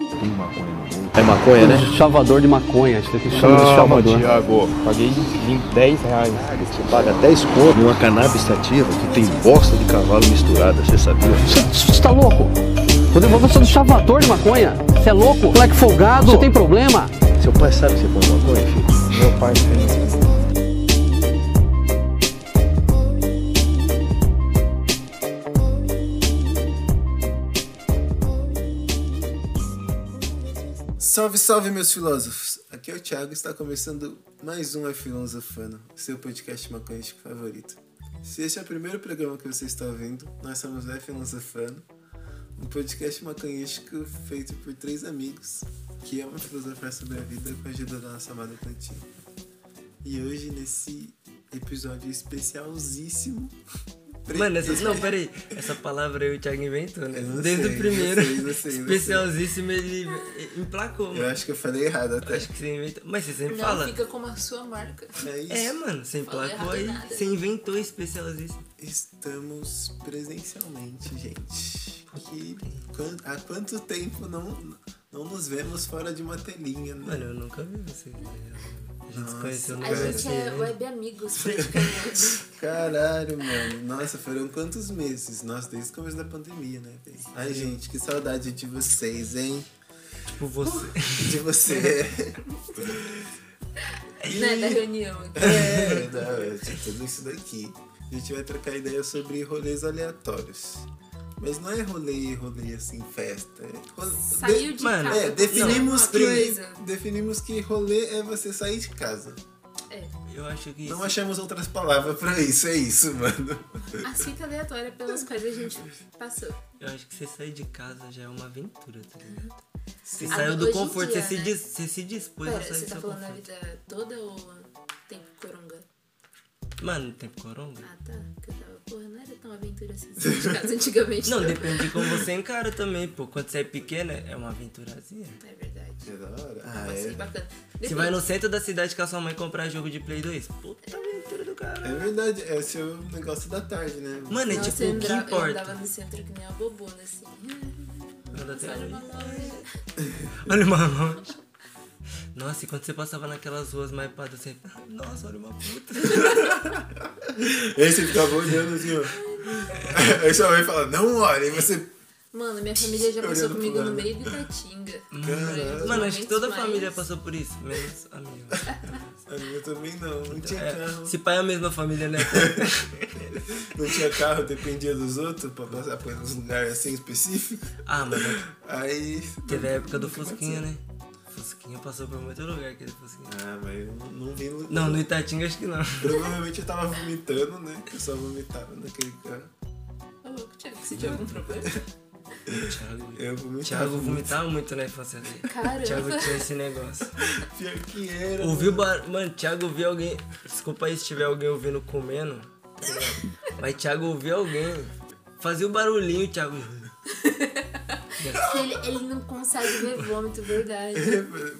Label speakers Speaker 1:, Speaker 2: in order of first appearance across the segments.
Speaker 1: tem maconha no bolso.
Speaker 2: É maconha, né?
Speaker 3: Chavador de maconha, acho que chama de
Speaker 1: Calma,
Speaker 3: chavador.
Speaker 1: Thiago.
Speaker 2: Paguei 20, 10 reais.
Speaker 1: Você paga 10 conto numa cannabis sativa que tem bosta de cavalo misturada, você sabia?
Speaker 3: Você tá louco? Rodrigo, você é um chavador de maconha? Você é louco? Moleque folgado? Você tem problema?
Speaker 1: Seu pai sabe que você põe maconha, filho?
Speaker 2: Meu pai fez.
Speaker 4: Salve, salve, meus filósofos! Aqui é o Thiago e está começando mais um É Filosofano, seu podcast maconístico favorito. Se este é o primeiro programa que você está ouvindo, nós somos o É Filosofano, um podcast maconístico feito por três amigos que amam filosofar sobre a vida com a ajuda da nossa amada plantinha. E hoje, nesse episódio especialzíssimo...
Speaker 5: Mano, essa, não, peraí. Essa palavra aí o Thiago inventou, né?
Speaker 4: Eu não
Speaker 5: Desde
Speaker 4: sei,
Speaker 5: o primeiro.
Speaker 4: eu sei, eu sei, eu sei.
Speaker 5: especialzíssimo, ele ele emplacou,
Speaker 4: Eu
Speaker 5: mano.
Speaker 4: acho que é. eu falei errado até.
Speaker 5: Acho que você inventou. Mas você sempre
Speaker 6: Não,
Speaker 5: fala.
Speaker 6: fica como a sua marca.
Speaker 4: É isso.
Speaker 5: É, mano, você
Speaker 6: Falou
Speaker 5: emplacou
Speaker 6: errado
Speaker 5: aí.
Speaker 6: nada.
Speaker 5: Você inventou especialzíssimo.
Speaker 4: Estamos presencialmente, gente. Que quan- há quanto tempo não, não nos vemos fora de uma telinha, né?
Speaker 5: Mano, eu nunca vi você. né? A gente se conheceu no
Speaker 6: A gente é
Speaker 5: UFC.
Speaker 6: web amigos, praticamente.
Speaker 4: Caralho, mano. Nossa, foram quantos meses? Nossa, desde o começo da pandemia, né? véi? Ai, gente, que saudade de vocês, hein?
Speaker 5: Tipo, você.
Speaker 4: De você.
Speaker 6: né, da reunião.
Speaker 4: É, não, de tudo isso daqui. A gente vai trocar ideia sobre rolês aleatórios. Mas não é rolê, rolê assim, festa. É rolê-
Speaker 6: Saiu de
Speaker 5: Mano,
Speaker 6: casa.
Speaker 4: É, definimos
Speaker 6: uma
Speaker 4: que,
Speaker 6: coisa.
Speaker 4: definimos que rolê é você sair de casa.
Speaker 6: É,
Speaker 5: Eu acho que.
Speaker 4: Não achamos outras palavras pra isso, é isso, mano.
Speaker 6: a fita É, aleatória pelas quais a gente passou.
Speaker 5: Eu acho que você sair de casa já é uma aventura, tá ligado? Você
Speaker 4: Sim.
Speaker 5: saiu
Speaker 6: Hoje
Speaker 5: do
Speaker 6: em
Speaker 5: conforto,
Speaker 6: dia,
Speaker 5: você, se
Speaker 6: né?
Speaker 5: dis- você se dispôs
Speaker 6: Pera,
Speaker 5: a sair
Speaker 6: você
Speaker 5: do seu
Speaker 6: tá falando a
Speaker 5: conforto.
Speaker 6: vida toda ou tempo coronga?
Speaker 5: Mano, tempo coronga?
Speaker 6: Ah, tá. Que eu tava, porra, não era tão aventura assim sair de casa antigamente.
Speaker 5: Não, depende de como você encara também, pô. Quando você é pequena, é uma aventurazinha.
Speaker 6: É verdade.
Speaker 4: É da hora. Ah,
Speaker 6: Assim,
Speaker 4: é.
Speaker 6: bacana.
Speaker 5: Você
Speaker 6: Depende.
Speaker 5: vai no centro da cidade com a sua mãe comprar jogo de Play 2. Puta aventura do
Speaker 4: É
Speaker 5: cara.
Speaker 4: verdade, é o seu negócio da tarde, né?
Speaker 5: Mano, é
Speaker 6: Nossa,
Speaker 5: tipo,
Speaker 6: eu
Speaker 5: o que
Speaker 6: andra- Eu andava
Speaker 5: importa?
Speaker 6: no centro que nem uma bobona, assim.
Speaker 5: Manda até
Speaker 6: Olha
Speaker 5: aí.
Speaker 6: uma loja.
Speaker 5: Olha uma loja. Nossa, e quando você passava naquelas ruas mais pra você... "Ah, Nossa, olha uma puta.
Speaker 4: Aí você ficava olhando assim, ó. Aí sua mãe fala, não olha, e você.
Speaker 6: Mano, minha família já passou
Speaker 4: Olhando
Speaker 6: comigo
Speaker 4: pro né?
Speaker 6: no
Speaker 4: lado.
Speaker 6: meio de Itatinga.
Speaker 5: Mano, acho que toda a família passou por isso. Menos a minha.
Speaker 4: A minha também não, não tinha
Speaker 5: É,
Speaker 6: Então.
Speaker 4: carro.
Speaker 5: se pai é a mesma família, né?
Speaker 4: Não tinha carro, dependia dos outros pra passar por uns lugares assim específicos.
Speaker 5: Ah, mano.
Speaker 4: Aí.
Speaker 5: Teve a época do Fusquinha, né? Fusquinha passou por muito lugar aquele Fusquinha.
Speaker 4: Ah, mas eu não, não vi.
Speaker 5: Não, no Itatinga acho que não.
Speaker 4: Provavelmente eu tava vomitando, né? Eu só vomitava naquele carro.
Speaker 6: Ô, louco, Thiago, você tinha algum problema?
Speaker 5: Thiago,
Speaker 4: Eu vomitava.
Speaker 5: Thiago
Speaker 4: muito.
Speaker 5: vomitava muito né, na infância dele.
Speaker 6: Caramba.
Speaker 5: Thiago tinha esse negócio.
Speaker 4: Pior que era.
Speaker 5: Ouviu bar... Mano, Thiago ouviu alguém. Desculpa aí se tiver alguém ouvindo comendo. tá ligado? Mas Thiago ouviu alguém. Fazia o barulhinho, Thiago.
Speaker 4: Um
Speaker 6: Ele, ele não consegue ver vômito, verdade.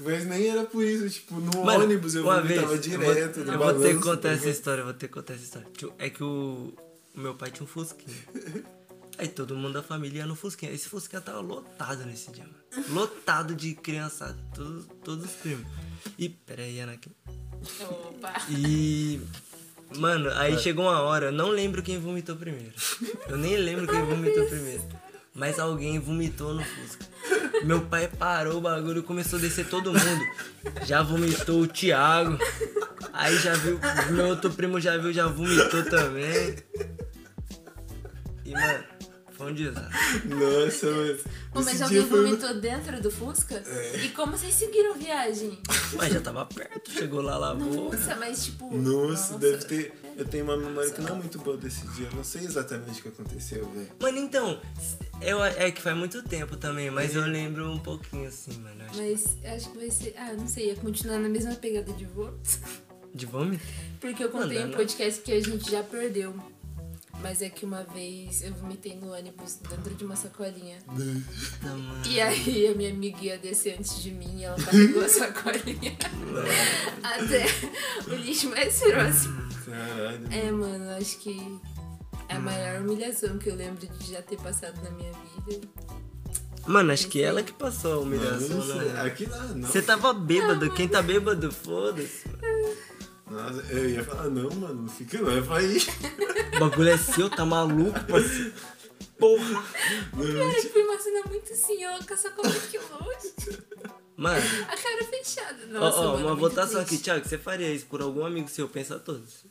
Speaker 4: Mas nem era por isso, tipo, no
Speaker 5: Mano,
Speaker 4: ônibus eu
Speaker 5: uma
Speaker 4: vomitava
Speaker 5: vez,
Speaker 4: direto.
Speaker 5: Eu
Speaker 4: no
Speaker 5: vou, eu vou ter
Speaker 4: balanço,
Speaker 5: que contar
Speaker 4: tá
Speaker 5: essa
Speaker 4: ligado?
Speaker 5: história, eu vou ter que contar essa história. Tio, É que o, o meu pai tinha um Fusquinha. Aí todo mundo da família ia no Fusquinha. Esse Fusquinha tava lotado nesse dia, mano. Lotado de criançada. Todos, todos os primos. E, peraí, Anakin.
Speaker 6: Opa.
Speaker 5: E. Mano, aí chegou uma hora, eu não lembro quem vomitou primeiro. Eu nem lembro quem vomitou primeiro. Mas alguém vomitou no Fusca. Meu pai parou o bagulho e começou a descer todo mundo. Já vomitou o Thiago. Aí já viu. Meu outro primo já viu, já vomitou também. E, mano, foi um desastre.
Speaker 4: Nossa, mas.
Speaker 6: Pô, mas
Speaker 4: esse
Speaker 6: alguém
Speaker 4: dia foi- um- É.
Speaker 6: vomitou dentro do Fusca? E como vocês seguiram viagem?
Speaker 5: Mas já tava perto, chegou lá, lavou.
Speaker 6: Nossa, mas tipo.
Speaker 4: Nossa, deve ter. Eu tenho uma memória que não é muito boa desse dia. Eu não sei exatamente o que aconteceu, velho.
Speaker 5: Mano, então, eu, é que faz muito tempo também, mas eu lembro um pouquinho assim, mano. eu acho.
Speaker 6: Mas acho que vai ser. Ah, não sei, ia continuar na mesma pegada de vômito.
Speaker 5: De vômito?
Speaker 6: Porque eu contei
Speaker 5: Manda,
Speaker 6: um
Speaker 5: né?
Speaker 6: podcast que a gente já perdeu. Mas é que uma vez eu vomitei no ônibus dentro de uma sacolinha. E aí a minha amiga ia descer antes de mim e ela carregou a sacolinha até o lixo mais próximo.
Speaker 4: Caralho.
Speaker 6: É, mano, eu acho que é a maior humilhação que eu lembro de já ter passado na minha vida.
Speaker 5: Mano, acho que ela que passou a humilhação,
Speaker 4: Não,
Speaker 5: né?
Speaker 4: Aqui não, não.
Speaker 5: Você tava bêbado, quem tá bêbado, foda-se. mano.
Speaker 4: Nossa, eu ia falar, não, é mano, fica, leva aí.
Speaker 5: O bagulho é seu, tá maluco, parceiro. Porra!
Speaker 6: Cara, foi uma cena muito assim, ela com essa cola aqui longe.
Speaker 5: Mano,
Speaker 6: A cara fechada.
Speaker 5: ó,
Speaker 6: Nossa,
Speaker 5: ó,
Speaker 6: mano,
Speaker 5: uma
Speaker 6: muito
Speaker 5: votação aqui,
Speaker 6: triste.
Speaker 5: Thiago, você faria isso por algum amigo seu, pensa todos.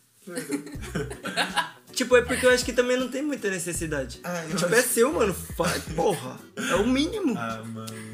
Speaker 5: tipo, é porque eu acho que também não tem muita necessidade.
Speaker 4: Ah, eu
Speaker 5: tipo,
Speaker 4: acho-
Speaker 5: é seu, mano. fa- Porra! É o mínimo.
Speaker 4: Ah, mano.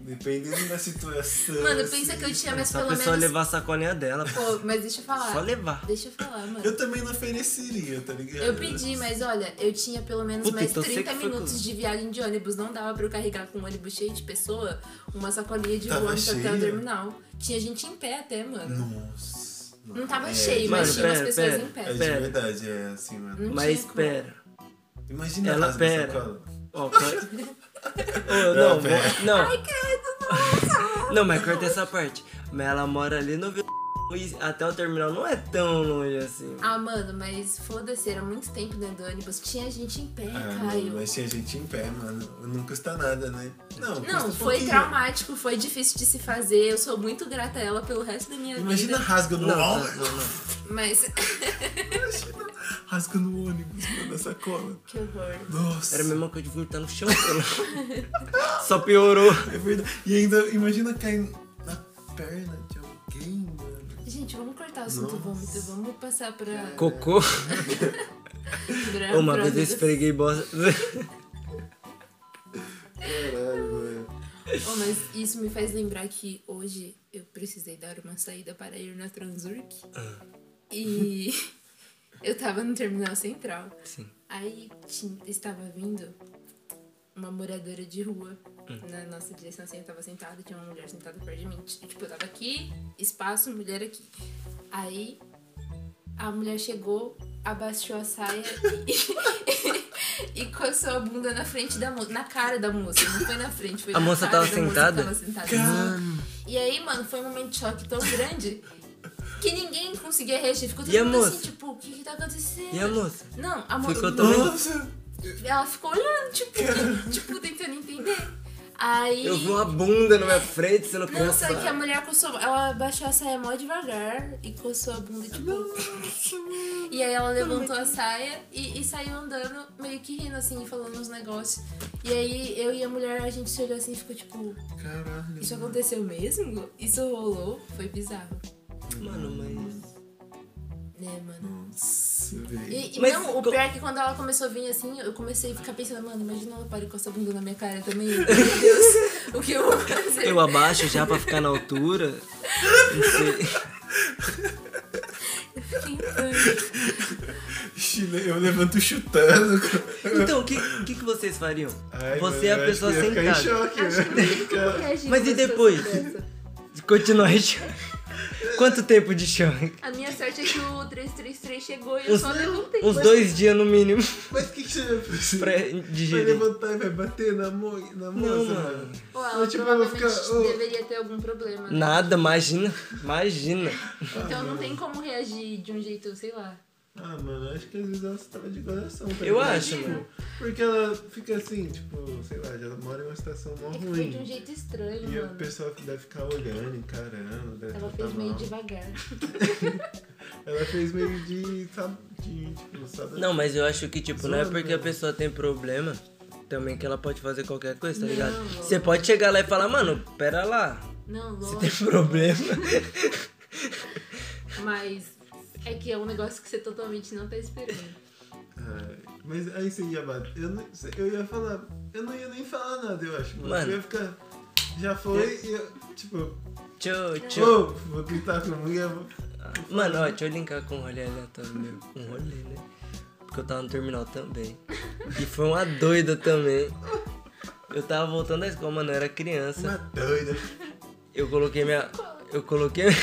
Speaker 4: Dependendo da situação.
Speaker 6: Mano,
Speaker 4: assim,
Speaker 6: pensa que eu tinha, mas
Speaker 5: Se a
Speaker 6: pelo
Speaker 5: tipo, pessoa
Speaker 6: menos...
Speaker 5: levar a sacolinha dela, pô,
Speaker 6: Pô, mas deixa eu falar.
Speaker 5: só levar.
Speaker 6: Deixa eu falar, mano.
Speaker 4: Eu também não ofereceria, tá ligado?
Speaker 6: Eu pedi, mas olha, eu tinha pelo menos
Speaker 5: Puta,
Speaker 6: mais
Speaker 5: então sei
Speaker 6: 30
Speaker 5: que foi
Speaker 6: minutos
Speaker 5: coisa.
Speaker 6: de viagem de ônibus. Não dava pra eu carregar com um ônibus cheio de pessoa uma sacolinha de
Speaker 4: Tava
Speaker 6: ônibus até o
Speaker 4: cheio?
Speaker 6: terminal. Tinha gente em pé até, mano.
Speaker 4: Nossa.
Speaker 6: Não tava
Speaker 4: É,
Speaker 6: cheio,
Speaker 5: mano,
Speaker 6: mas Hum? tinha umas
Speaker 5: pera,
Speaker 6: pessoas
Speaker 5: pera.
Speaker 6: em pé.
Speaker 4: É de
Speaker 5: Pera.
Speaker 4: verdade, é assim, mano.
Speaker 6: Não
Speaker 5: Mas
Speaker 6: tinha como.
Speaker 5: espera.
Speaker 4: Imagina
Speaker 5: Ela
Speaker 4: a casa dessa
Speaker 5: pera.
Speaker 4: cola.
Speaker 5: Ó, corta. Ô, não, vou- não. Não, mas corta essa parte. Mas ela mora ali no Vila e até o terminal não é tão longe assim.
Speaker 6: Ah, mano, mas foda-se, era muito tempo dentro do ônibus. Tinha gente em pé,
Speaker 4: Ah, mano,
Speaker 6: Caio.
Speaker 4: mas tinha gente em pé, mano. Não custa nada, né? Não, custa
Speaker 6: Não,
Speaker 4: um
Speaker 6: foi
Speaker 4: pouquinho.
Speaker 6: traumático, foi difícil de se fazer. Eu sou muito grata a ela pelo resto da minha
Speaker 4: Imagina
Speaker 6: vida.
Speaker 4: rasga no
Speaker 5: Não, não,
Speaker 4: ônibus.
Speaker 5: não. não.
Speaker 6: Mas.
Speaker 4: Imagina rasga no ônibus, mano, essa cola.
Speaker 6: que horror.
Speaker 4: Nossa.
Speaker 5: Era a mesma coisa de vomitar no chão. Só piorou.
Speaker 4: É verdade. E ainda, imagina cair na perna de alguém, mano.
Speaker 6: Gente, vamos cortar o assunto vômito. Vamos passar pra.
Speaker 5: Cocô.
Speaker 6: pra-
Speaker 5: É. Uma
Speaker 6: pra
Speaker 5: vez eu
Speaker 6: vida
Speaker 5: esfreguei bosta.
Speaker 4: Caralho, mano.
Speaker 6: Oh, mas isso me faz lembrar que hoje eu precisei dar uma saída para ir na Transurc. E eu tava no terminal central.
Speaker 5: Sim.
Speaker 6: Aí ti- estava vindo uma moradora de rua
Speaker 5: Hum.
Speaker 6: na nossa direção, assim, eu tava sentada, tinha uma mulher sentada perto de mim. T- Tipo, eu tava aqui, espaço, mulher aqui. Aí a mulher chegou, abaixou a saia e, e coçou a bunda na frente da moça, na cara da moça, não foi na frente, foi
Speaker 5: A
Speaker 6: na
Speaker 5: moça
Speaker 6: cara
Speaker 5: tava
Speaker 6: da moça que
Speaker 5: sentada?
Speaker 6: tava sentada. E aí, mano, foi um momento de choque tão grande que ninguém conseguia reagir. Ficou todo
Speaker 5: E a
Speaker 6: mundo assim,
Speaker 5: moça?
Speaker 6: tipo, o que que tá acontecendo?
Speaker 5: E a moça?
Speaker 6: Não, a moça.
Speaker 5: Ficou também.
Speaker 4: Nossa.
Speaker 6: Ela ficou olhando, tipo, tipo, tentando entender. Aí.
Speaker 5: Eu vi uma bunda na minha frente, você não
Speaker 6: Não, só que a
Speaker 5: pensa.
Speaker 6: mulher coçou. Ela baixou a saia mó devagar e coçou a bunda, tipo. E aí ela levantou a saia e, e saiu andando, meio que rindo, assim, e falando uns negócios. E aí eu e a mulher, a gente se olhou assim e ficou tipo,
Speaker 4: Caralho.
Speaker 6: isso aconteceu mesmo? Isso rolou? Foi bizarro.
Speaker 5: Mano, mas.
Speaker 6: Né, mano?
Speaker 4: Nossa, velho.
Speaker 6: E, e
Speaker 5: Mas
Speaker 6: não, o
Speaker 5: co-
Speaker 6: pior é que quando ela começou a vir assim, eu comecei a ficar pensando, mano, imagina ela pare com essa bunda na minha cara também. Meu Deus, o que eu vou fazer?
Speaker 5: Eu abaixo já pra ficar na altura. Não sei.
Speaker 6: Quem foi?
Speaker 4: Chile- Eu levanto chutando.
Speaker 5: Então, o que, o que, que vocês fariam?
Speaker 4: Ai,
Speaker 5: Você é
Speaker 4: mano,
Speaker 5: a
Speaker 4: eu
Speaker 5: pessoa
Speaker 4: acho que eu ia ficar em
Speaker 5: sentada.
Speaker 4: choque, né? velho. Cara,
Speaker 6: Reagir
Speaker 5: Mas
Speaker 6: com
Speaker 5: e
Speaker 6: uma situação
Speaker 5: depois?
Speaker 6: dessa.
Speaker 5: Continua em choque. Quanto tempo de choque?
Speaker 6: A minha sorte é que o 333 chegou e eu só levantei.
Speaker 5: Uns dois dias no mínimo
Speaker 4: Mas o que, que você vai fazer?
Speaker 5: pra
Speaker 4: Vai
Speaker 5: digerir.
Speaker 4: levantar e vai bater na, mo na moça,
Speaker 5: mano.
Speaker 4: mano.
Speaker 6: Ou ela
Speaker 4: tipo, eu vou
Speaker 6: provavelmente
Speaker 4: ficar- oh.
Speaker 6: deveria ter algum problema. né?
Speaker 5: Nada, imagina. Imagina.
Speaker 6: Então não tem como reagir de um jeito, sei lá.
Speaker 4: Ah, mano, acho que às vezes ela tava de coração. Tá
Speaker 5: Eu
Speaker 4: ligado?
Speaker 5: acho,
Speaker 4: Tipo,
Speaker 5: mano.
Speaker 4: Porque ela fica assim, tipo, sei lá, já mora em uma situação mó
Speaker 6: É que foi de um
Speaker 4: ruim.
Speaker 6: jeito estranho,
Speaker 4: E o
Speaker 6: mano.
Speaker 4: pessoal deve ficar olhando, encarando, deve
Speaker 6: Ela
Speaker 4: tratar
Speaker 6: fez meio
Speaker 4: tá mal.
Speaker 6: devagar.
Speaker 4: Ela fez meio de, sabe, de tipo, sabe?
Speaker 5: Não, mas eu acho que, tipo, não é
Speaker 4: Zoando,
Speaker 5: porque a
Speaker 4: né?
Speaker 5: pessoa tem problema também que ela pode fazer qualquer coisa, tá ligado? Você pode chegar lá e falar, mano, pera lá,
Speaker 6: Não,
Speaker 5: você
Speaker 6: lógico.
Speaker 5: tem problema.
Speaker 6: Mas é que é um negócio que você totalmente não tá esperando.
Speaker 4: Ai, mas é aí você ia bater. Eu, não, sei, eu ia falar. Eu não ia nem falar nada, eu acho, mano.
Speaker 5: Mano.
Speaker 4: Eu ia ficar. Já foi e eu, tipo,
Speaker 5: Tchau, tchau.
Speaker 4: "Ô, vou gritar com a mulher. vou-"
Speaker 5: Mano, ó, deixa eu linkar com um rolê aleatório meu. Um rolê, né? Porque eu tava no terminal também. E foi uma doida também. Eu tava voltando da escola, mano, eu era criança.
Speaker 4: Uma doida.
Speaker 5: Eu coloquei minha. Eu coloquei.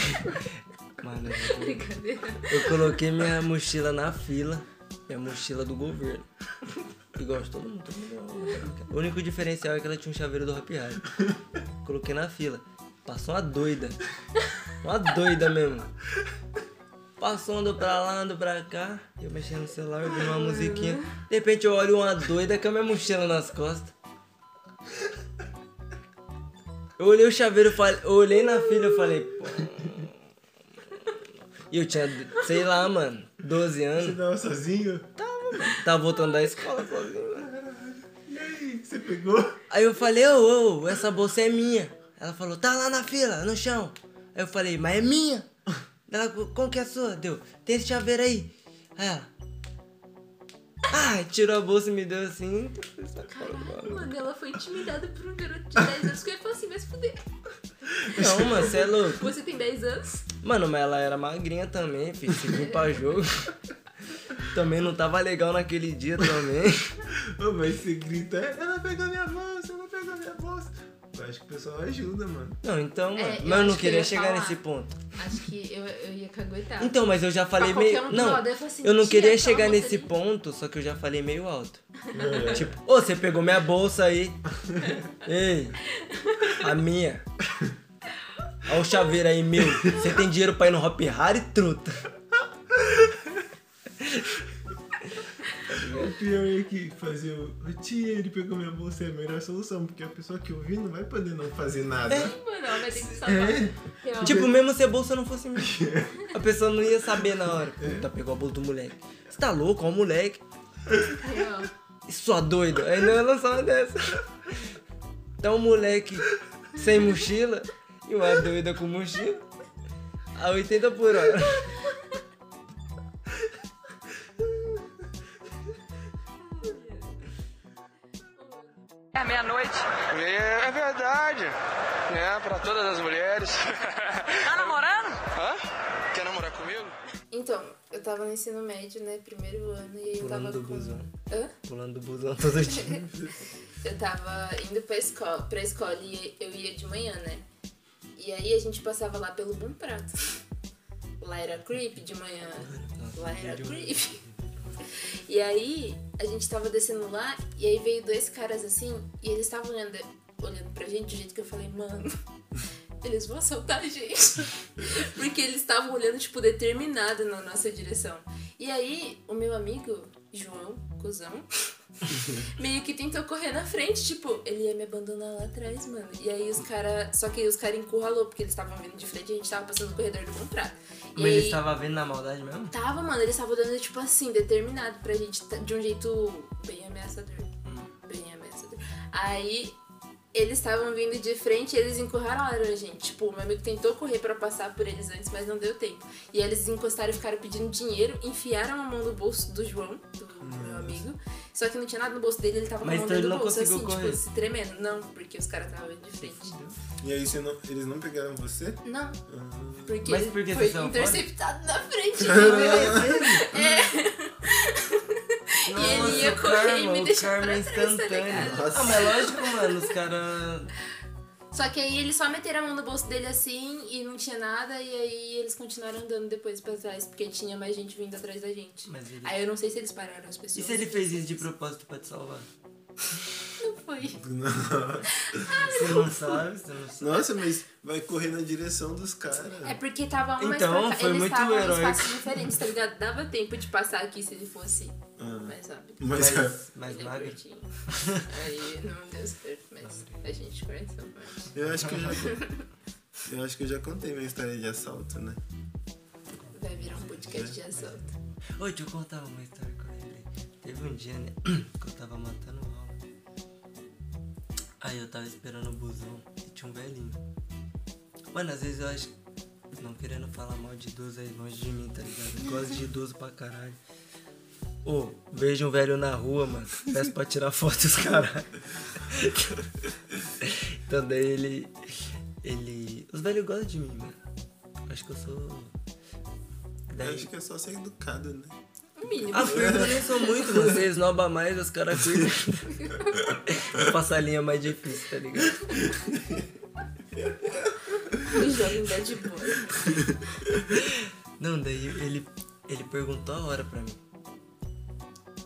Speaker 5: Mano, eu tô-
Speaker 6: Brincadeira.
Speaker 5: Eu coloquei minha mochila na fila. Minha mochila do governo. Igual de todo mundo. Todo mundo é o único diferencial é que ela tinha um chaveiro do Happy Hari. Coloquei na fila. Passou uma doida. Uma doida mesmo. Passou, andou pra lá, andou pra cá. Eu mexendo no celular, ouvindo uma musiquinha. De repente eu olho uma doida com a minha mochila nas costas. Eu olhei o chaveiro, eu falei, eu olhei na filha eu falei, pô. E eu tinha, sei lá, mano, 12
Speaker 4: Você
Speaker 5: anos.
Speaker 4: tava sozinho?
Speaker 5: Tava Tá voltando da escola sozinho, mano.
Speaker 4: E aí, você pegou?
Speaker 5: Aí eu falei, ô, ô, essa bolsa é minha. Ela falou, tá lá na fila, no chão. Aí eu falei, mas é minha. Ela, como que é a sua? Deu, tem esse chaveiro aí. Aí ela, ah, tirou a bolsa e me deu assim.
Speaker 6: Caralho, mano, ela foi intimidada por um garoto de 10 anos que eu ia falar assim, mas fuder,
Speaker 5: Não, mano, você é louco.
Speaker 6: você tem 10 anos?
Speaker 5: Mano, mas ela era magrinha também, filho. Se vir pra jogo. também não tava legal naquele dia também.
Speaker 4: Ô, mas você grita, "É, ela pegou minha bolsa, ela pegou minha bolsa. Eu acho que o pessoal ajuda, mano.
Speaker 5: Não, então, mano.
Speaker 6: É, eu
Speaker 5: mas eu não
Speaker 6: acho que eu
Speaker 5: queria
Speaker 6: ia
Speaker 5: chegar
Speaker 6: falar.
Speaker 5: nesse ponto.
Speaker 6: Acho que eu, eu ia caguetar.
Speaker 5: Então, mas eu já falei
Speaker 6: Tá. qualquer
Speaker 5: meio.
Speaker 6: um do
Speaker 5: não,
Speaker 6: lado, eu falo assim,
Speaker 5: eu não
Speaker 6: "Tia,
Speaker 5: queria
Speaker 6: tá
Speaker 5: chegar
Speaker 6: uma
Speaker 5: nesse
Speaker 6: bolsa
Speaker 5: ponto, só que eu já falei meio alto. Tipo, ô, você pegou minha bolsa aí. Ei, a minha. Olha o chaveiro aí, meu. Você tem dinheiro pra ir no Hop Hari, truta?
Speaker 4: O pior é que fazer o "Ô, tia, ele pegou minha bolsa é a melhor solução, porque a pessoa que ouvir não vai poder não fazer nada.
Speaker 6: Mano, ela vai ter que se salvar. Real.
Speaker 5: Tipo, mesmo se a bolsa não fosse minha. A pessoa não ia saber na hora. Puta, pegou a bolsa do moleque. Você tá louco, ó o moleque.
Speaker 6: real.
Speaker 5: Sua doida. Aí não ia lançar uma dessa. Tá um moleque sem mochila e uma doida com mochila. A 80 por hora.
Speaker 7: É meia-noite. É verdade. É, pra todas as mulheres. Tá namorando? Hã? Quer namorar comigo?
Speaker 6: Então, eu tava no ensino médio, né? Primeiro ano, e aí eu
Speaker 5: Pulando
Speaker 6: tava
Speaker 5: do
Speaker 6: com.
Speaker 5: busão.
Speaker 6: Hã?
Speaker 5: Pulando do busão todo dia.
Speaker 6: Eu tava indo pra escola, pra escola e eu ia de manhã, né? E aí a gente passava lá pelo Bom Prato. Lá era creep de manhã. Lá era creep. E aí a gente tava descendo lá e aí veio dois caras assim e eles estavam olhando, olhando pra gente do jeito que eu falei, mano, eles vão assaltar a gente. Porque eles estavam olhando, tipo, determinado na nossa direção. E aí o meu amigo, João, cuzão, meio que tentou correr na frente, tipo, ele ia me abandonar lá atrás, mano. E aí os caras. Só que os caras encurralou, porque eles estavam vindo de frente e a gente tava passando no corredor do contrato. E
Speaker 5: Mas ele
Speaker 6: aí-
Speaker 5: estava vendo na maldade mesmo?
Speaker 6: Tava, mano, eles estavam dando, tipo assim, determinado pra gente tá- de um jeito bem ameaçador. Bem ameaçador. Aí eles estavam vindo de frente e eles encurralaram a gente. Tipo, o meu amigo tentou correr pra passar por eles antes, mas não deu tempo. E eles encostaram e ficaram pedindo dinheiro, enfiaram a mão no bolso do João, do meu amigo. Só que não tinha nada no bolso dele, ele tava
Speaker 5: Mas
Speaker 6: com a
Speaker 5: então
Speaker 6: mão
Speaker 5: ele não
Speaker 6: dentro do bolso,
Speaker 5: conseguiu
Speaker 6: assim,
Speaker 5: correr.
Speaker 6: tipo, se tremendo. Não, porque os caras estavam vindo de frente.
Speaker 4: E aí você não, eles não pegaram você?
Speaker 6: Não, porque
Speaker 5: Mas por que
Speaker 6: foi
Speaker 5: vocês Ah, estavam fora?
Speaker 6: interceptado na frente. é. E ele ia
Speaker 5: o
Speaker 6: correr e
Speaker 5: karma,
Speaker 6: me
Speaker 5: o
Speaker 6: deixar
Speaker 5: karma
Speaker 6: pra
Speaker 5: é
Speaker 6: trás, tá
Speaker 5: instantâneo.
Speaker 6: ligado?
Speaker 5: Ah, mas lógico, mano, os caras.
Speaker 6: Só que aí eles só meteram a mão no bolso dele assim e não tinha nada, e aí eles continuaram andando depois pra trás, porque tinha mais gente vindo atrás da gente.
Speaker 5: Mas ele-
Speaker 6: Aí eu não sei se eles pararam as
Speaker 5: E
Speaker 6: pessoas.
Speaker 5: se ele fez isso de propósito pra te salvar?
Speaker 6: Não foi.
Speaker 5: Você não sabe, você não sabe.
Speaker 4: Nossa, mas vai correr na direção dos caras.
Speaker 6: É porque tava um mais
Speaker 5: Então,
Speaker 6: pra cá.
Speaker 5: foi
Speaker 6: eles
Speaker 5: muito
Speaker 6: estavam em
Speaker 5: heróico.
Speaker 6: espaços diferentes, tá ligado? Dava tempo de passar aqui se ele fosse
Speaker 5: Ah.
Speaker 6: mais rápido.
Speaker 4: Mas,
Speaker 5: Mas, mas
Speaker 6: Ele é
Speaker 5: magro.
Speaker 6: gordinho. Aí não deu certo, mas a gente conhece essa parte.
Speaker 4: eu acho que eu já. Eu acho que eu já contei minha história de assalto, né?
Speaker 6: Vai virar um podcast de assalto.
Speaker 5: Ô, deixa eu contar uma história que eu lembrei. Teve um dia, né, que eu tava matando aula. Aí eu tava esperando o busão e tinha um velhinho. Mano, às vezes eu acho. Não querendo falar mal de idoso aí longe de mim, tá ligado? Eu gosto de idoso pra caralho. Ô, vejo um velho na rua, mano. Peço pra tirar foto dos caralho. então daí ele. Ele. Os velhos gostam de mim, mano. Acho que eu sou.
Speaker 4: Eu
Speaker 5: Daí-
Speaker 4: acho que é só ser educado, né?
Speaker 6: O mínimo.
Speaker 5: ah, Firma não são muito, mano. Você esnoba mais, os caras curtem. Passar a linha mais difícil, tá ligado?
Speaker 6: Me joga um em bad boy.
Speaker 5: Não, daí ele, ele perguntou a hora pra mim.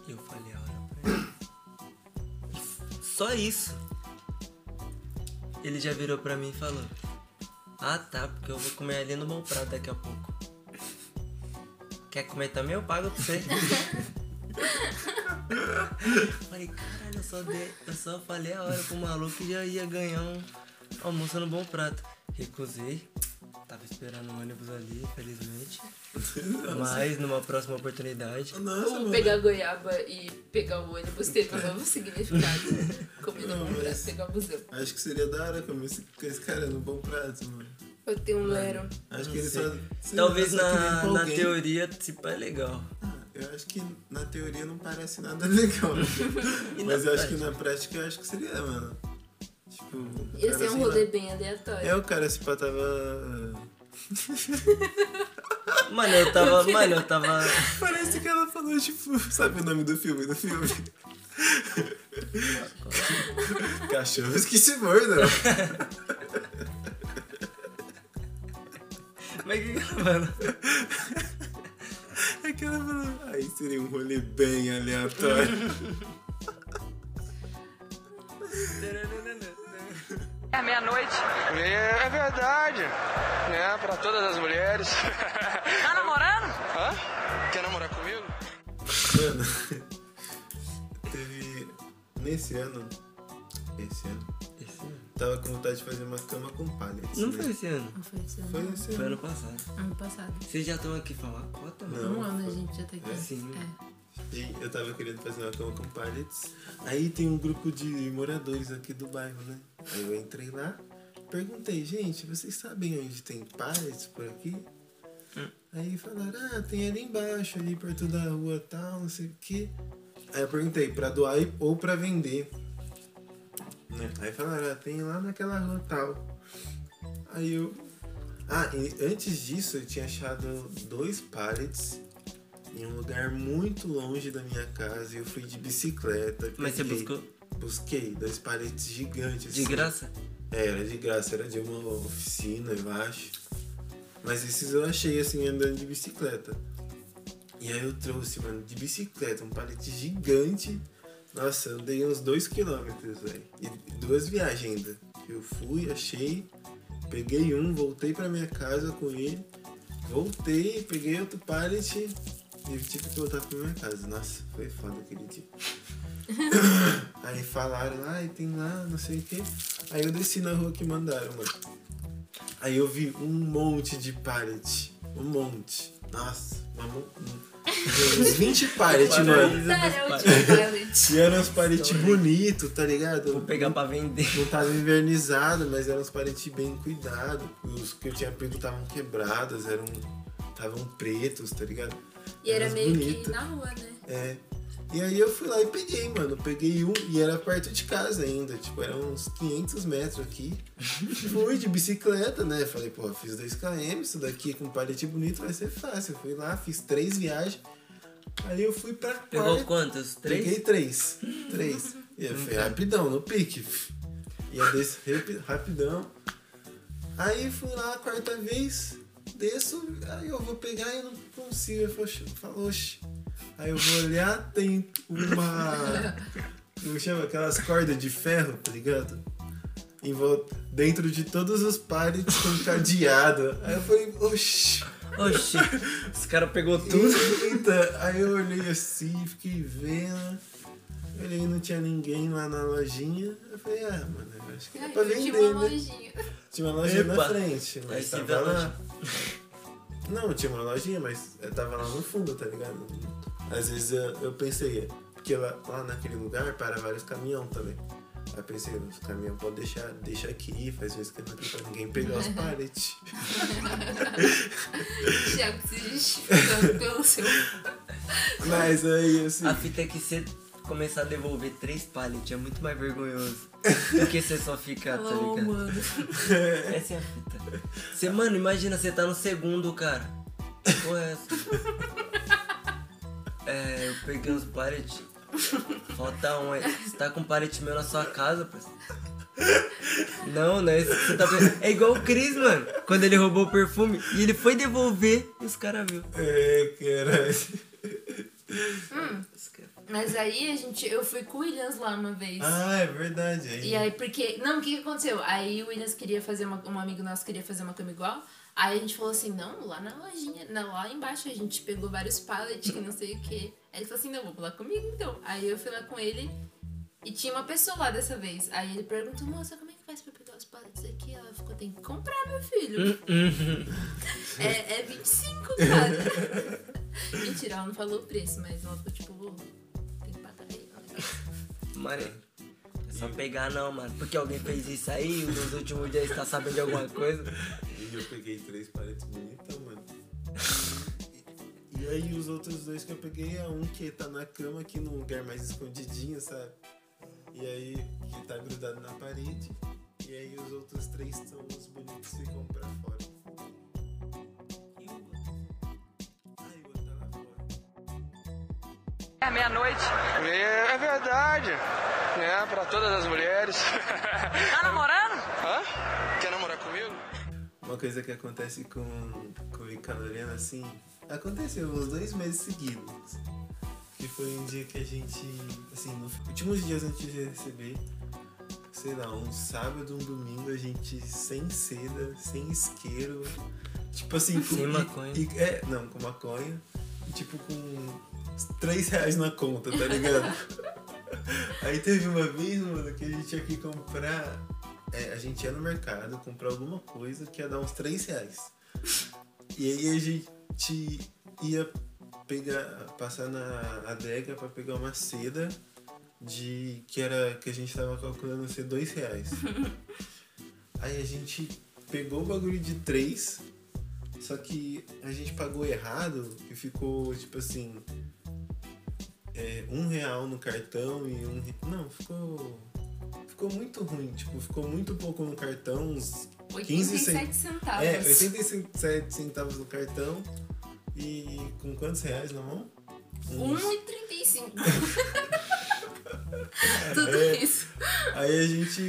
Speaker 5: E eu falei a hora pra ele. Só isso. Ele já virou pra mim e falou: Ah tá, porque eu vou comer ali no Bom Prato daqui a pouco. Quer comer também? Eu pago pra você. falei, caralho, eu só, dei- eu só falei a hora pro maluco e já ia ganhar um, almoça no bom prato. Recusei. Tava esperando o ônibus ali, felizmente. Mas numa próxima oportunidade.
Speaker 4: Nossa,
Speaker 6: Como
Speaker 4: mano.
Speaker 6: pegar goiaba e pegar o ônibus teve um novo significado. Comida
Speaker 4: Não,
Speaker 6: no pra
Speaker 4: mas-
Speaker 6: pegar o busão.
Speaker 4: Acho que seria da hora comer esse- com esse cara no bom prato, mano.
Speaker 6: Eu tenho um lero.
Speaker 4: Acho que ele só.
Speaker 5: sei.
Speaker 4: sei é lá,
Speaker 5: Talvez
Speaker 4: só queria ir
Speaker 5: na,
Speaker 4: com
Speaker 5: na
Speaker 4: alguém.
Speaker 5: teoria, tipo, é legal.
Speaker 4: Ah, Eu acho que na teoria não parece nada legal. né?
Speaker 5: E
Speaker 4: Mas
Speaker 5: na
Speaker 4: eu acho que na prática eu acho que seria, mano. Tipo. o
Speaker 6: Ia
Speaker 4: cara,
Speaker 6: ser um
Speaker 4: sei
Speaker 6: rolê
Speaker 4: lá.
Speaker 6: bem aleatório.
Speaker 4: É, o cara se pá tava.
Speaker 5: Mano, eu tava. Mano, eu tava.
Speaker 4: Parece que ela falou, tipo, sabe o nome do filme? Do filme? Cachorros que se mordam.
Speaker 5: Mas que que ela falou?
Speaker 4: É que ela falou. Aí seria um rolê bem aleatório.
Speaker 7: É meia-noite. É verdade. Né? Pra todas as mulheres. Tá namorando? Hã? Quer namorar comigo?
Speaker 4: Mano, teve. Nesse ano. Esse ano.
Speaker 5: Esse ano?
Speaker 4: Tava com vontade de fazer uma cama com palha.
Speaker 5: Não foi esse ano.
Speaker 6: Não foi esse ano,
Speaker 4: Foi esse ano.
Speaker 5: Foi ano passado.
Speaker 6: ano passado.
Speaker 5: Vocês já estão aqui falar cota, mano?
Speaker 4: Não.
Speaker 6: Um ano a gente já tá aqui.
Speaker 5: Sim.
Speaker 6: É.
Speaker 4: E eu tava querendo fazer uma cama com pallets. Aí tem um grupo de moradores aqui do bairro, né? Aí eu entrei lá, perguntei, gente, vocês sabem onde tem pallets por aqui? Aí falaram, ah, tem ali embaixo, ali perto da rua tal, não sei o quê. Aí eu perguntei, pra doar e- ou pra vender? Né? Aí falaram, ah, tem lá naquela rua tal. Aí eu. Ah, e antes disso eu tinha achado dois pallets em um lugar muito longe da minha casa e eu fui de bicicleta.
Speaker 5: Mas você
Speaker 4: peguei-
Speaker 5: buscou?
Speaker 4: Busquei, dois pallets gigantes.
Speaker 5: De
Speaker 4: assim.
Speaker 5: graça?
Speaker 4: É, era de graça, era de uma oficina, eu acho. Mas esses eu achei assim, andando de bicicleta. E aí eu trouxe, mano, de bicicleta, um palete gigante. Nossa, eu andei uns dois quilômetros, velho. E duas viagens ainda. Eu fui, achei, peguei um, voltei pra minha casa com ele. Voltei, peguei outro pallet e tive que voltar pra minha casa. Nossa, foi foda aquele dia. Aí falaram lá, e tem lá, não sei o que. Aí eu desci na rua que mandaram, mano. Aí eu vi um monte de pallet. Um monte. Nossa, uma mon- um- uns 20 pallet, mano.
Speaker 6: Cara, eu tinha um pallet.
Speaker 4: E eram uns pallet bonitos, tá ligado?
Speaker 5: Vou pegar pra vender.
Speaker 4: Não tava invernizado, mas eram uns parentes bem cuidados. Os que eu tinha pego estavam quebrados, eram. estavam pretos, tá ligado?
Speaker 6: E era
Speaker 4: Eram
Speaker 6: meio
Speaker 4: bonito.
Speaker 6: que na rua, né?
Speaker 4: É. E aí eu fui lá e peguei, mano. Peguei um e era perto de casa ainda. Tipo, era uns 500 metros aqui. fui de bicicleta, né? Falei, pô, fiz 2km, isso daqui com palete bonito vai ser fácil. Fui lá, fiz três viagens. Aí eu fui pra
Speaker 5: Pegou
Speaker 4: quarta.
Speaker 5: quantos? Três?
Speaker 4: Peguei três. Três. E aí foi rapidão, no pique. Ia descer rapi- rapidão. Aí fui lá a quarta vez, desço, aí eu vou pegar e eu não consigo. Eu falo, "Oxe", eu falo, oxe. Aí eu vou olhar, tem uma. Como chama? Aquelas cordas de ferro, tá ligado? Em volta, dentro de todos os pallets com um cadeado. Aí eu falei, oxi.
Speaker 5: Oxi, os caras pegou tudo.
Speaker 4: Eita, aí eu olhei assim, fiquei vendo. Olhei, não tinha ninguém lá na lojinha. Eu falei, ah, mano, eu acho que dá
Speaker 6: Ai,
Speaker 4: pra
Speaker 6: eu
Speaker 4: vender,
Speaker 6: tinha uma
Speaker 4: né?
Speaker 6: lojinha.
Speaker 4: Tinha uma lojinha na
Speaker 5: Epa.
Speaker 4: frente,
Speaker 5: Aí
Speaker 4: mas
Speaker 5: se vê
Speaker 4: tava
Speaker 5: a
Speaker 4: lá. Não, tinha uma lojinha, mas eu tava lá no fundo, tá ligado? Às vezes eu, eu pensei, porque lá, lá naquele lugar para vários caminhões também. Aí eu pensei, os caminhões podem deixar, deixa aqui, faz um esquema aqui pra ninguém pegar os pallets.
Speaker 6: Tiago se justificando pelo seu.
Speaker 4: Mas aí, assim,
Speaker 5: A fita é que você começar a devolver três pallets é muito mais vergonhoso do que você só ficar, tá
Speaker 6: Oh,
Speaker 5: ligado?
Speaker 6: mano.
Speaker 5: Essa é a fita. Você, mano, imagina, você tá no segundo, cara. Porra, é essa? É, eu peguei uns pallets. Falta um. aí. Você tá com um pallet meu na sua casa, parceiro. Não, não é isso que você tá pensando. É igual o Cris, mano. Quando ele roubou o perfume e ele foi devolver e os caras viu.
Speaker 4: é, caralho.
Speaker 5: Os cara-
Speaker 6: Mas aí a gente, eu fui com o Williams lá uma vez.
Speaker 4: Ah, é verdade. Aí,
Speaker 6: E aí, porque. Não, o que, que aconteceu? Aí o Williams queria fazer uma. Um amigo nosso queria fazer uma cama igual. Aí a gente falou assim, não, lá na lojinha, não, lá embaixo a gente pegou vários pallets que não sei o que. Aí ele falou assim, não, vou lá comigo então. Aí eu fui lá com ele e tinha uma pessoa lá dessa vez. Aí ele perguntou, moça, como é que faz pra pegar os paletes aqui? Ela ficou, tem que comprar, meu filho.
Speaker 4: Hum,
Speaker 6: é, é 25, cara. Mentira, ela não falou o preço, mas ela ficou tipo, "Ô, tem que pagar aí.
Speaker 5: Mano, é só pegar não, mano. Porque alguém fez isso aí, nos últimos dias tá sabendo de alguma coisa.
Speaker 8: E eu peguei três paletes bonitas, mano.
Speaker 4: E aí os outros dois que eu peguei é um que tá na cama aqui num lugar mais escondidinho, sabe? E aí que tá grudado na parede. E aí os outros três são os bonitos que ficam pra fora. Ah, e o outro tá lá fora.
Speaker 7: É meia-noite. É, verdade. É, pra todas as mulheres. Tá namorando? Hã? Quer namorar comigo?
Speaker 4: Uma coisa que acontece com, comigo e com a Lorena, assim, aconteceu uns dois meses seguidos. Que foi um dia que a gente, assim, nos últimos dias antes de receber, sei lá, um sábado, um domingo, a gente sem seda, sem isqueiro, tipo assim, com,
Speaker 5: Sem
Speaker 4: e-
Speaker 5: maconha.
Speaker 4: e- é, não, com maconha, e, tipo com uns três reais na conta, tá ligado? Aí teve uma vez, mano, que a gente tinha que comprar. é, a gente ia no mercado comprar alguma coisa que ia dar uns 3 reais. E aí a gente ia pegar, passar na adega pra pegar uma seda de que era que a gente tava calculando ser 2 reais. Aí a gente pegou o bagulho de 3, só que a gente pagou errado e ficou tipo assim é, um real no cartão e um. re- Não, ficou. Ficou muito ruim, tipo, ficou muito pouco no cartão, uns 15 centavos.
Speaker 6: 87 centavos.
Speaker 4: É, 87 centavos no cartão e com quantos reais na mão?
Speaker 6: 1,35. Tudo
Speaker 4: É.
Speaker 6: isso.
Speaker 4: Aí a gente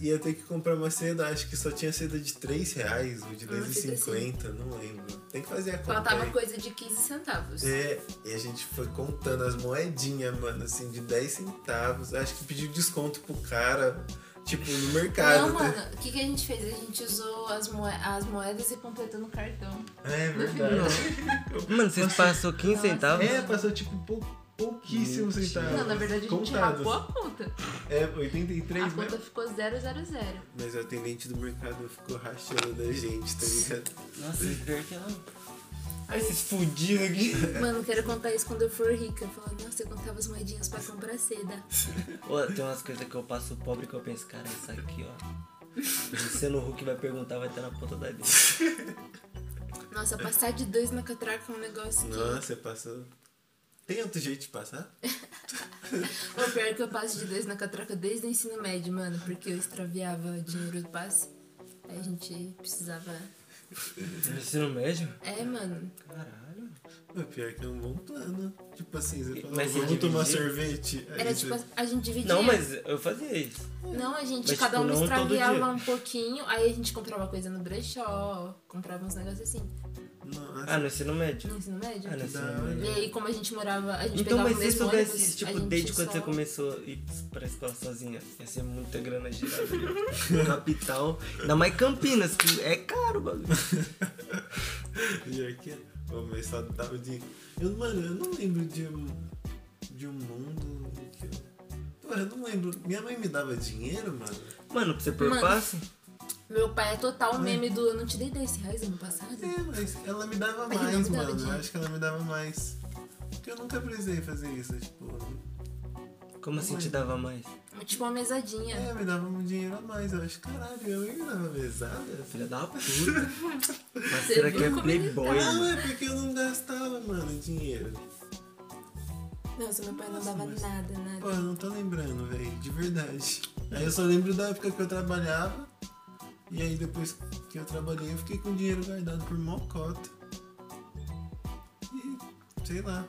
Speaker 4: ia ter que comprar uma seda, acho que só tinha seda de 3 reais ou de
Speaker 6: Uma seda assim.
Speaker 4: 2,50, não lembro. Tem que fazer a conta.
Speaker 6: Faltava
Speaker 4: aí.
Speaker 6: coisa de 15 centavos.
Speaker 4: É, e a gente foi contando as moedinhas, mano, assim, de 10 centavos. Acho que pediu desconto pro cara, tipo, no mercado.
Speaker 6: Não,
Speaker 4: tá?
Speaker 6: mano, o que, que a gente fez? A gente usou as, moe- as moedas e completou no cartão.
Speaker 4: É verdade.
Speaker 5: Mano, vocês passou 15 centavos?
Speaker 4: É, passou tipo pou, pouquíssimos centavos.
Speaker 6: Não, na verdade a gente
Speaker 4: É, contados.
Speaker 6: rapou a conta.
Speaker 4: É, 83,
Speaker 6: A
Speaker 4: né?
Speaker 6: conta ficou 000.
Speaker 4: Mas o atendente do mercado ficou rachando da gente, tá ligado?
Speaker 5: Nossa, pior que não.
Speaker 4: Ai, esses fudidos aqui.
Speaker 6: Mano, quero contar isso quando eu for rica. Falar, nossa, eu contava as moedinhas pra comprar seda.
Speaker 5: Ô, tem umas coisas que eu passo pobre que eu penso, cara, isso aqui, ó. Luciano Huck vai perguntar, vai estar na ponta da língua.
Speaker 6: Nossa, passar de dois na catraca é um negócio que.
Speaker 4: Nossa, passou. Tem outro jeito de passar?
Speaker 6: O pior é que eu passo de dois na catraca desde o ensino médio, mano, porque eu extraviava dinheiro do passe. Aí a gente precisava.
Speaker 5: No ensino médio?
Speaker 6: É, mano.
Speaker 5: Caralho.
Speaker 4: Mas pior que é um bom plano. Tipo assim, você fala,
Speaker 5: Mas você
Speaker 4: vamos tomar
Speaker 5: dividir?
Speaker 4: sorvete. É Aí
Speaker 6: Era
Speaker 4: você-
Speaker 6: tipo, a gente dividia.
Speaker 5: Não, mas eu fazia isso.
Speaker 6: Não, a gente,
Speaker 5: Mas,
Speaker 6: cada
Speaker 5: tipo,
Speaker 6: um
Speaker 5: não todo dia.
Speaker 6: extraviava um pouquinho, aí a gente comprava coisa no brechó, comprava uns negócios assim,
Speaker 5: Ah,
Speaker 4: Nossa,
Speaker 5: no ensino
Speaker 6: no
Speaker 5: médio?
Speaker 6: ensino médio.
Speaker 5: Ah, no
Speaker 4: da
Speaker 5: ensino
Speaker 4: hora.
Speaker 5: médio.
Speaker 6: E aí, como a gente morava, a gente
Speaker 5: Então,
Speaker 6: pegava
Speaker 5: mas
Speaker 6: o
Speaker 5: se
Speaker 6: mesmo
Speaker 5: soubesse,
Speaker 6: ônibus, a
Speaker 5: tipo,
Speaker 6: gente
Speaker 5: desde quando
Speaker 6: só-
Speaker 5: você começou a ir pra escola sozinha, ia ser muita grana girada. né? Capital, ainda mais Campinas, que é caro o bagulho.
Speaker 4: pior que é. Pô, mas só tava de. tá Eu, mano, eu não lembro de um. De um mundo. Que eu... Pô, eu não lembro. Minha mãe me dava dinheiro, mano.
Speaker 5: Mano, pra você pôr
Speaker 6: Mano.
Speaker 5: passe?
Speaker 6: Meu pai é total meme do eu não te dei 10 reais ano passado.
Speaker 4: É, mas ela me dava
Speaker 6: Mas
Speaker 4: mais,
Speaker 6: não me dava
Speaker 4: mano. Eu
Speaker 6: dinheiro.
Speaker 4: acho que ela me dava mais. Porque eu nunca precisei fazer isso, tipo.
Speaker 5: Como assim te dava mais?
Speaker 6: Tipo uma mesadinha.
Speaker 4: É, me dava um dinheiro a mais. Eu acho, caralho, eu me dava mesada.
Speaker 5: Filha da puta. Mas
Speaker 6: Você
Speaker 5: será que é
Speaker 6: viu como ele
Speaker 5: playboy?
Speaker 6: tá?
Speaker 4: Não, é porque eu não gastava, mano, dinheiro.
Speaker 6: Nossa, meu pai não
Speaker 4: Nossa,
Speaker 6: dava
Speaker 4: mas-
Speaker 6: nada, nada.
Speaker 4: Pô, eu não tô lembrando, velho, de verdade. Aí eu só lembro da época que eu trabalhava. E aí depois que eu trabalhei, eu fiquei com dinheiro guardado por mocota. E sei lá.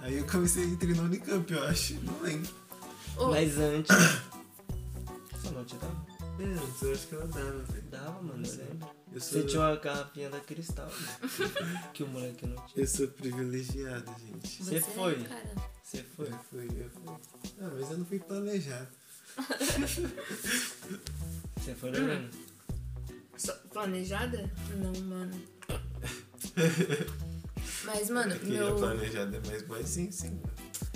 Speaker 4: Aí eu comecei a entrar no Unicamp, eu acho. Não lembro.
Speaker 6: Ô,
Speaker 5: Mas antes. Só não te dava?
Speaker 4: É, antes eu acho que ela dava, velho.
Speaker 5: Dava, mano, eu lembro.
Speaker 4: Eu sou,
Speaker 5: Você tinha uma garrafinha da cristal, né? que o moleque não tinha.
Speaker 4: eu sou privilegiado, gente.
Speaker 5: Você foi?
Speaker 6: é um Cara,
Speaker 5: Você foi?
Speaker 4: Eu fui, eu fui. Ah, mas eu não fui planejado.
Speaker 5: Você foi olhando?
Speaker 6: Hum. só- planejada? Não, mano. Mas, mano,
Speaker 4: Quem é
Speaker 6: meu.
Speaker 4: planejado é mais boy, sim, sim.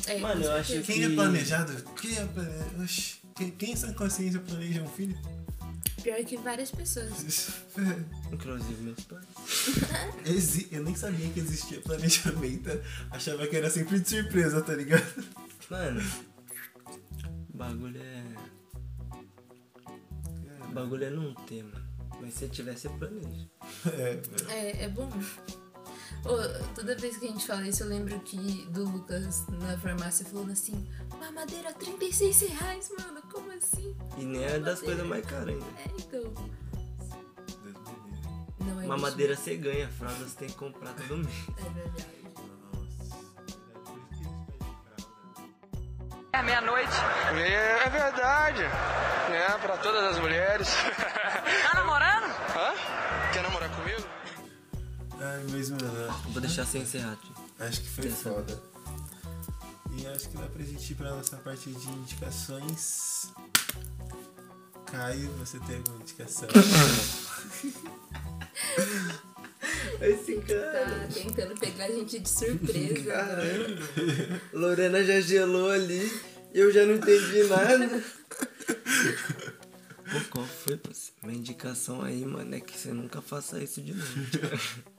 Speaker 6: É,
Speaker 5: Mano,
Speaker 6: com
Speaker 5: eu
Speaker 6: certeza.
Speaker 5: acho que.
Speaker 4: Quem é planejado? Quem é planejado? Quem, quem sem consciência planeja um filho?
Speaker 6: pior que várias pessoas.
Speaker 5: Inclusive meus pais.
Speaker 4: Exi- Eu nem sabia que existia planejamento. Achava que era sempre de surpresa, tá ligado?
Speaker 5: Mano, o bagulho é. O bagulho é não ter, mano. Mas se tiver, você planeja.
Speaker 4: É, velho.
Speaker 6: É, é bom. Ô, toda vez que a gente fala isso, eu lembro que do Lucas na farmácia falando assim: mamadeira 36 reais, mano, como assim?
Speaker 5: E nem é das coisas mais caras ainda.
Speaker 6: É, então.
Speaker 4: Deus me livre.
Speaker 6: Não é
Speaker 5: Uma madeira você ganha, fralda você tem que comprar todo mês.
Speaker 6: isso. É verdade.
Speaker 7: É meia-noite. É verdade. É, pra todas as mulheres. Tá namorando? Hã? Quer namorar comigo?
Speaker 4: Ai, mas,
Speaker 6: É
Speaker 4: mano,
Speaker 5: Vou deixar sem encerrar, tio.
Speaker 4: acho que foi
Speaker 5: Quer saber?
Speaker 4: foda. E acho que dá pra gente ir pra nossa parte de indicações. Caio, você tem alguma indicação?
Speaker 5: Esse cara.
Speaker 6: Tá tentando pegar a gente de surpresa.
Speaker 5: Lorena já gelou ali. Eu já não entendi nada. Pô, qual foi, parceiro? Minha indicação aí, mano, é que você nunca faça isso de novo.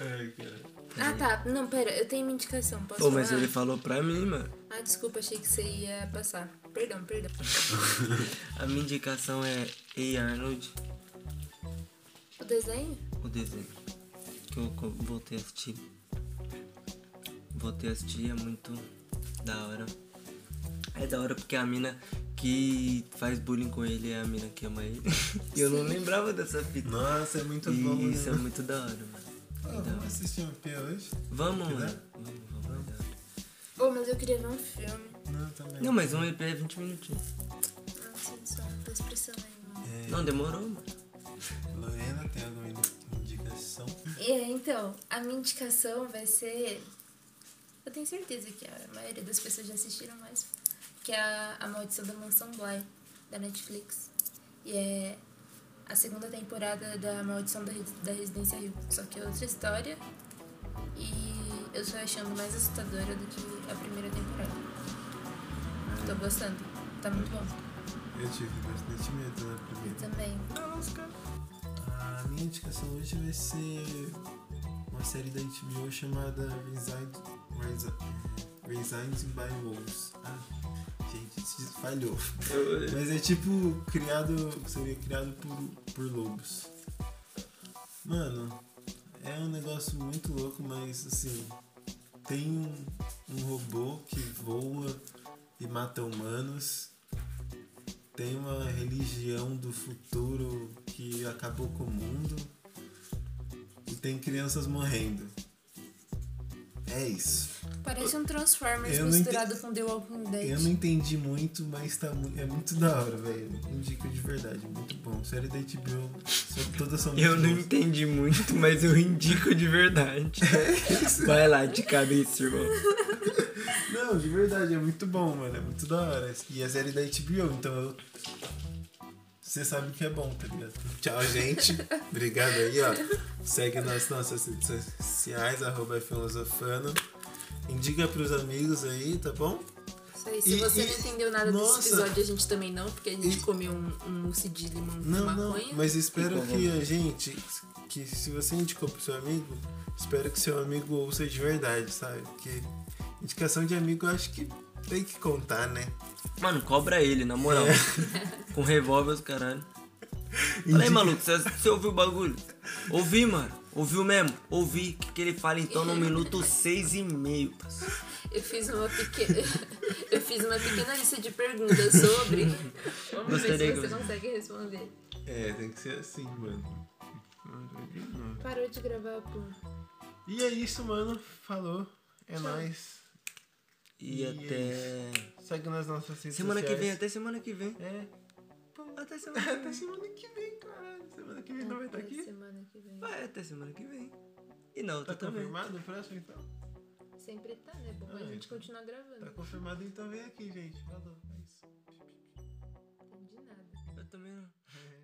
Speaker 4: Ai, cara.
Speaker 6: ah, tá. Não, pera, eu tenho uma indicação. Posso
Speaker 5: Pô, mas
Speaker 6: falar?
Speaker 5: ele falou pra mim, mano.
Speaker 6: Ah, desculpa, achei que você ia passar. Perdão, perdão.
Speaker 5: A minha indicação é Ei Arnold,
Speaker 6: O desenho?
Speaker 5: o desenho. Que eu co- voltei a assistir. Voltei a assistir, é muito da hora. É da hora porque a mina que faz bullying com ele é a mina que ama ele. E eu não lembrava dessa fita.
Speaker 4: Nossa, é muito
Speaker 5: E
Speaker 4: bom,
Speaker 5: isso é
Speaker 4: né?
Speaker 5: muito da hora, mano.
Speaker 4: Ah, vamos assistir um P hoje?
Speaker 5: Vamos,
Speaker 4: Que dá?
Speaker 5: mano. Vamos, vamos, vai dar.
Speaker 6: Ô, mas eu queria ver um filme.
Speaker 4: Não, também.
Speaker 5: Não, mas um EP é 20 minutinhos.
Speaker 6: Ah, sinto só, tô expressando aí, mano.
Speaker 4: É,
Speaker 5: Não, demorou, mano.
Speaker 4: Lorena, tem alguma in- indicação?
Speaker 6: E é, então, a minha indicação vai ser. Eu tenho certeza que a maioria das pessoas já assistiram mais. Que é a, a Maldição da Mansão Bly, da Netflix. E é a segunda temporada da Maldição da, Res- da Residência Rio. Só que é outra história. E eu tô achando mais assustadora do que a primeira temporada. Tô gostando. Tá muito bom.
Speaker 4: Eu tive né? bastante medo na
Speaker 6: Eu
Speaker 4: primeira.
Speaker 6: também.
Speaker 4: A minha indicação hoje vai ser uma série da HBO chamada Resigned, Resi- Resigned by Wolves. Ah, gente, isso falhou. Mas é tipo criado. Seria criado por, por lobos. Mano, é um negócio muito louco, mas assim. Tem um, um robô que voa e mata humanos. Tem uma religião do futuro que acabou com o mundo. E tem crianças morrendo. É isso.
Speaker 6: Parece um Transformers
Speaker 4: Eu não
Speaker 6: misturado com The Walking Dead.
Speaker 4: Eu não entendi muito, mas tá, mu- é muito da hora, velho. Indico de verdade, muito bom. Série da HBO, são- todas são muito
Speaker 5: Eu não
Speaker 4: boas.
Speaker 5: entendi muito, mas eu indico de verdade. Vai lá, de cabeça, irmão.
Speaker 4: Não, de verdade, é muito bom, mano. É muito da hora. E a série da HBO, então eu. Você sabe que é bom, tá ligado? Tchau, gente. Obrigado aí, ó. Segue nas nossas redes sociais, arroba filosofano. Indica pros amigos aí, tá bom?
Speaker 6: Isso aí, se
Speaker 4: E-
Speaker 6: você
Speaker 4: e-
Speaker 6: não entendeu nada
Speaker 4: nossa.
Speaker 6: desse episódio, a gente também não, porque a gente
Speaker 4: E-
Speaker 6: comeu um, um mousse de limão
Speaker 4: Não,
Speaker 6: com
Speaker 4: não,
Speaker 6: maconha.
Speaker 4: mas espero que a gente, que se você indicou pro seu amigo, espero que seu amigo ouça de verdade, sabe? Porque indicação de amigo eu acho que tem que contar, né?
Speaker 5: Mano, cobra ele, na moral. Com revólver, os caralho. Fala aí, maluco, você, você ouviu o bagulho? Ouvi, mano. Ouviu mesmo? Ouvi. O que, que ele fala então no minuto seis e meio, parceiro?
Speaker 6: Eu fiz uma pequena. Eu fiz uma pequena lista de perguntas sobre. Vamos
Speaker 5: Gostaria
Speaker 6: ver
Speaker 5: que
Speaker 6: se você
Speaker 5: você-
Speaker 6: consegue responder.
Speaker 4: É, tem que ser assim, mano.
Speaker 6: Parou de gravar, pô.
Speaker 4: E é isso, mano. Falou. É nóis.
Speaker 5: E até.
Speaker 4: Segue nas nossas redes
Speaker 5: Semana que vem,
Speaker 4: sociais.
Speaker 5: até semana que vem.
Speaker 4: É.
Speaker 5: Até semana que
Speaker 4: Até
Speaker 5: vem.
Speaker 4: semana que vem, caralho. Semana que vem não vai estar aqui?
Speaker 6: Semana que vem.
Speaker 5: Vai, até semana que vem. E na outra
Speaker 4: Tá
Speaker 5: também.
Speaker 4: confirmado o próximo, então?
Speaker 6: Sempre tá, né? Bom, a
Speaker 4: Ah,
Speaker 6: gente
Speaker 4: então.
Speaker 6: continuar
Speaker 4: Tá
Speaker 6: gravando.
Speaker 4: confirmado, então vem aqui, gente. Falou. É isso.
Speaker 6: De nada.
Speaker 5: Eu também não.
Speaker 4: É.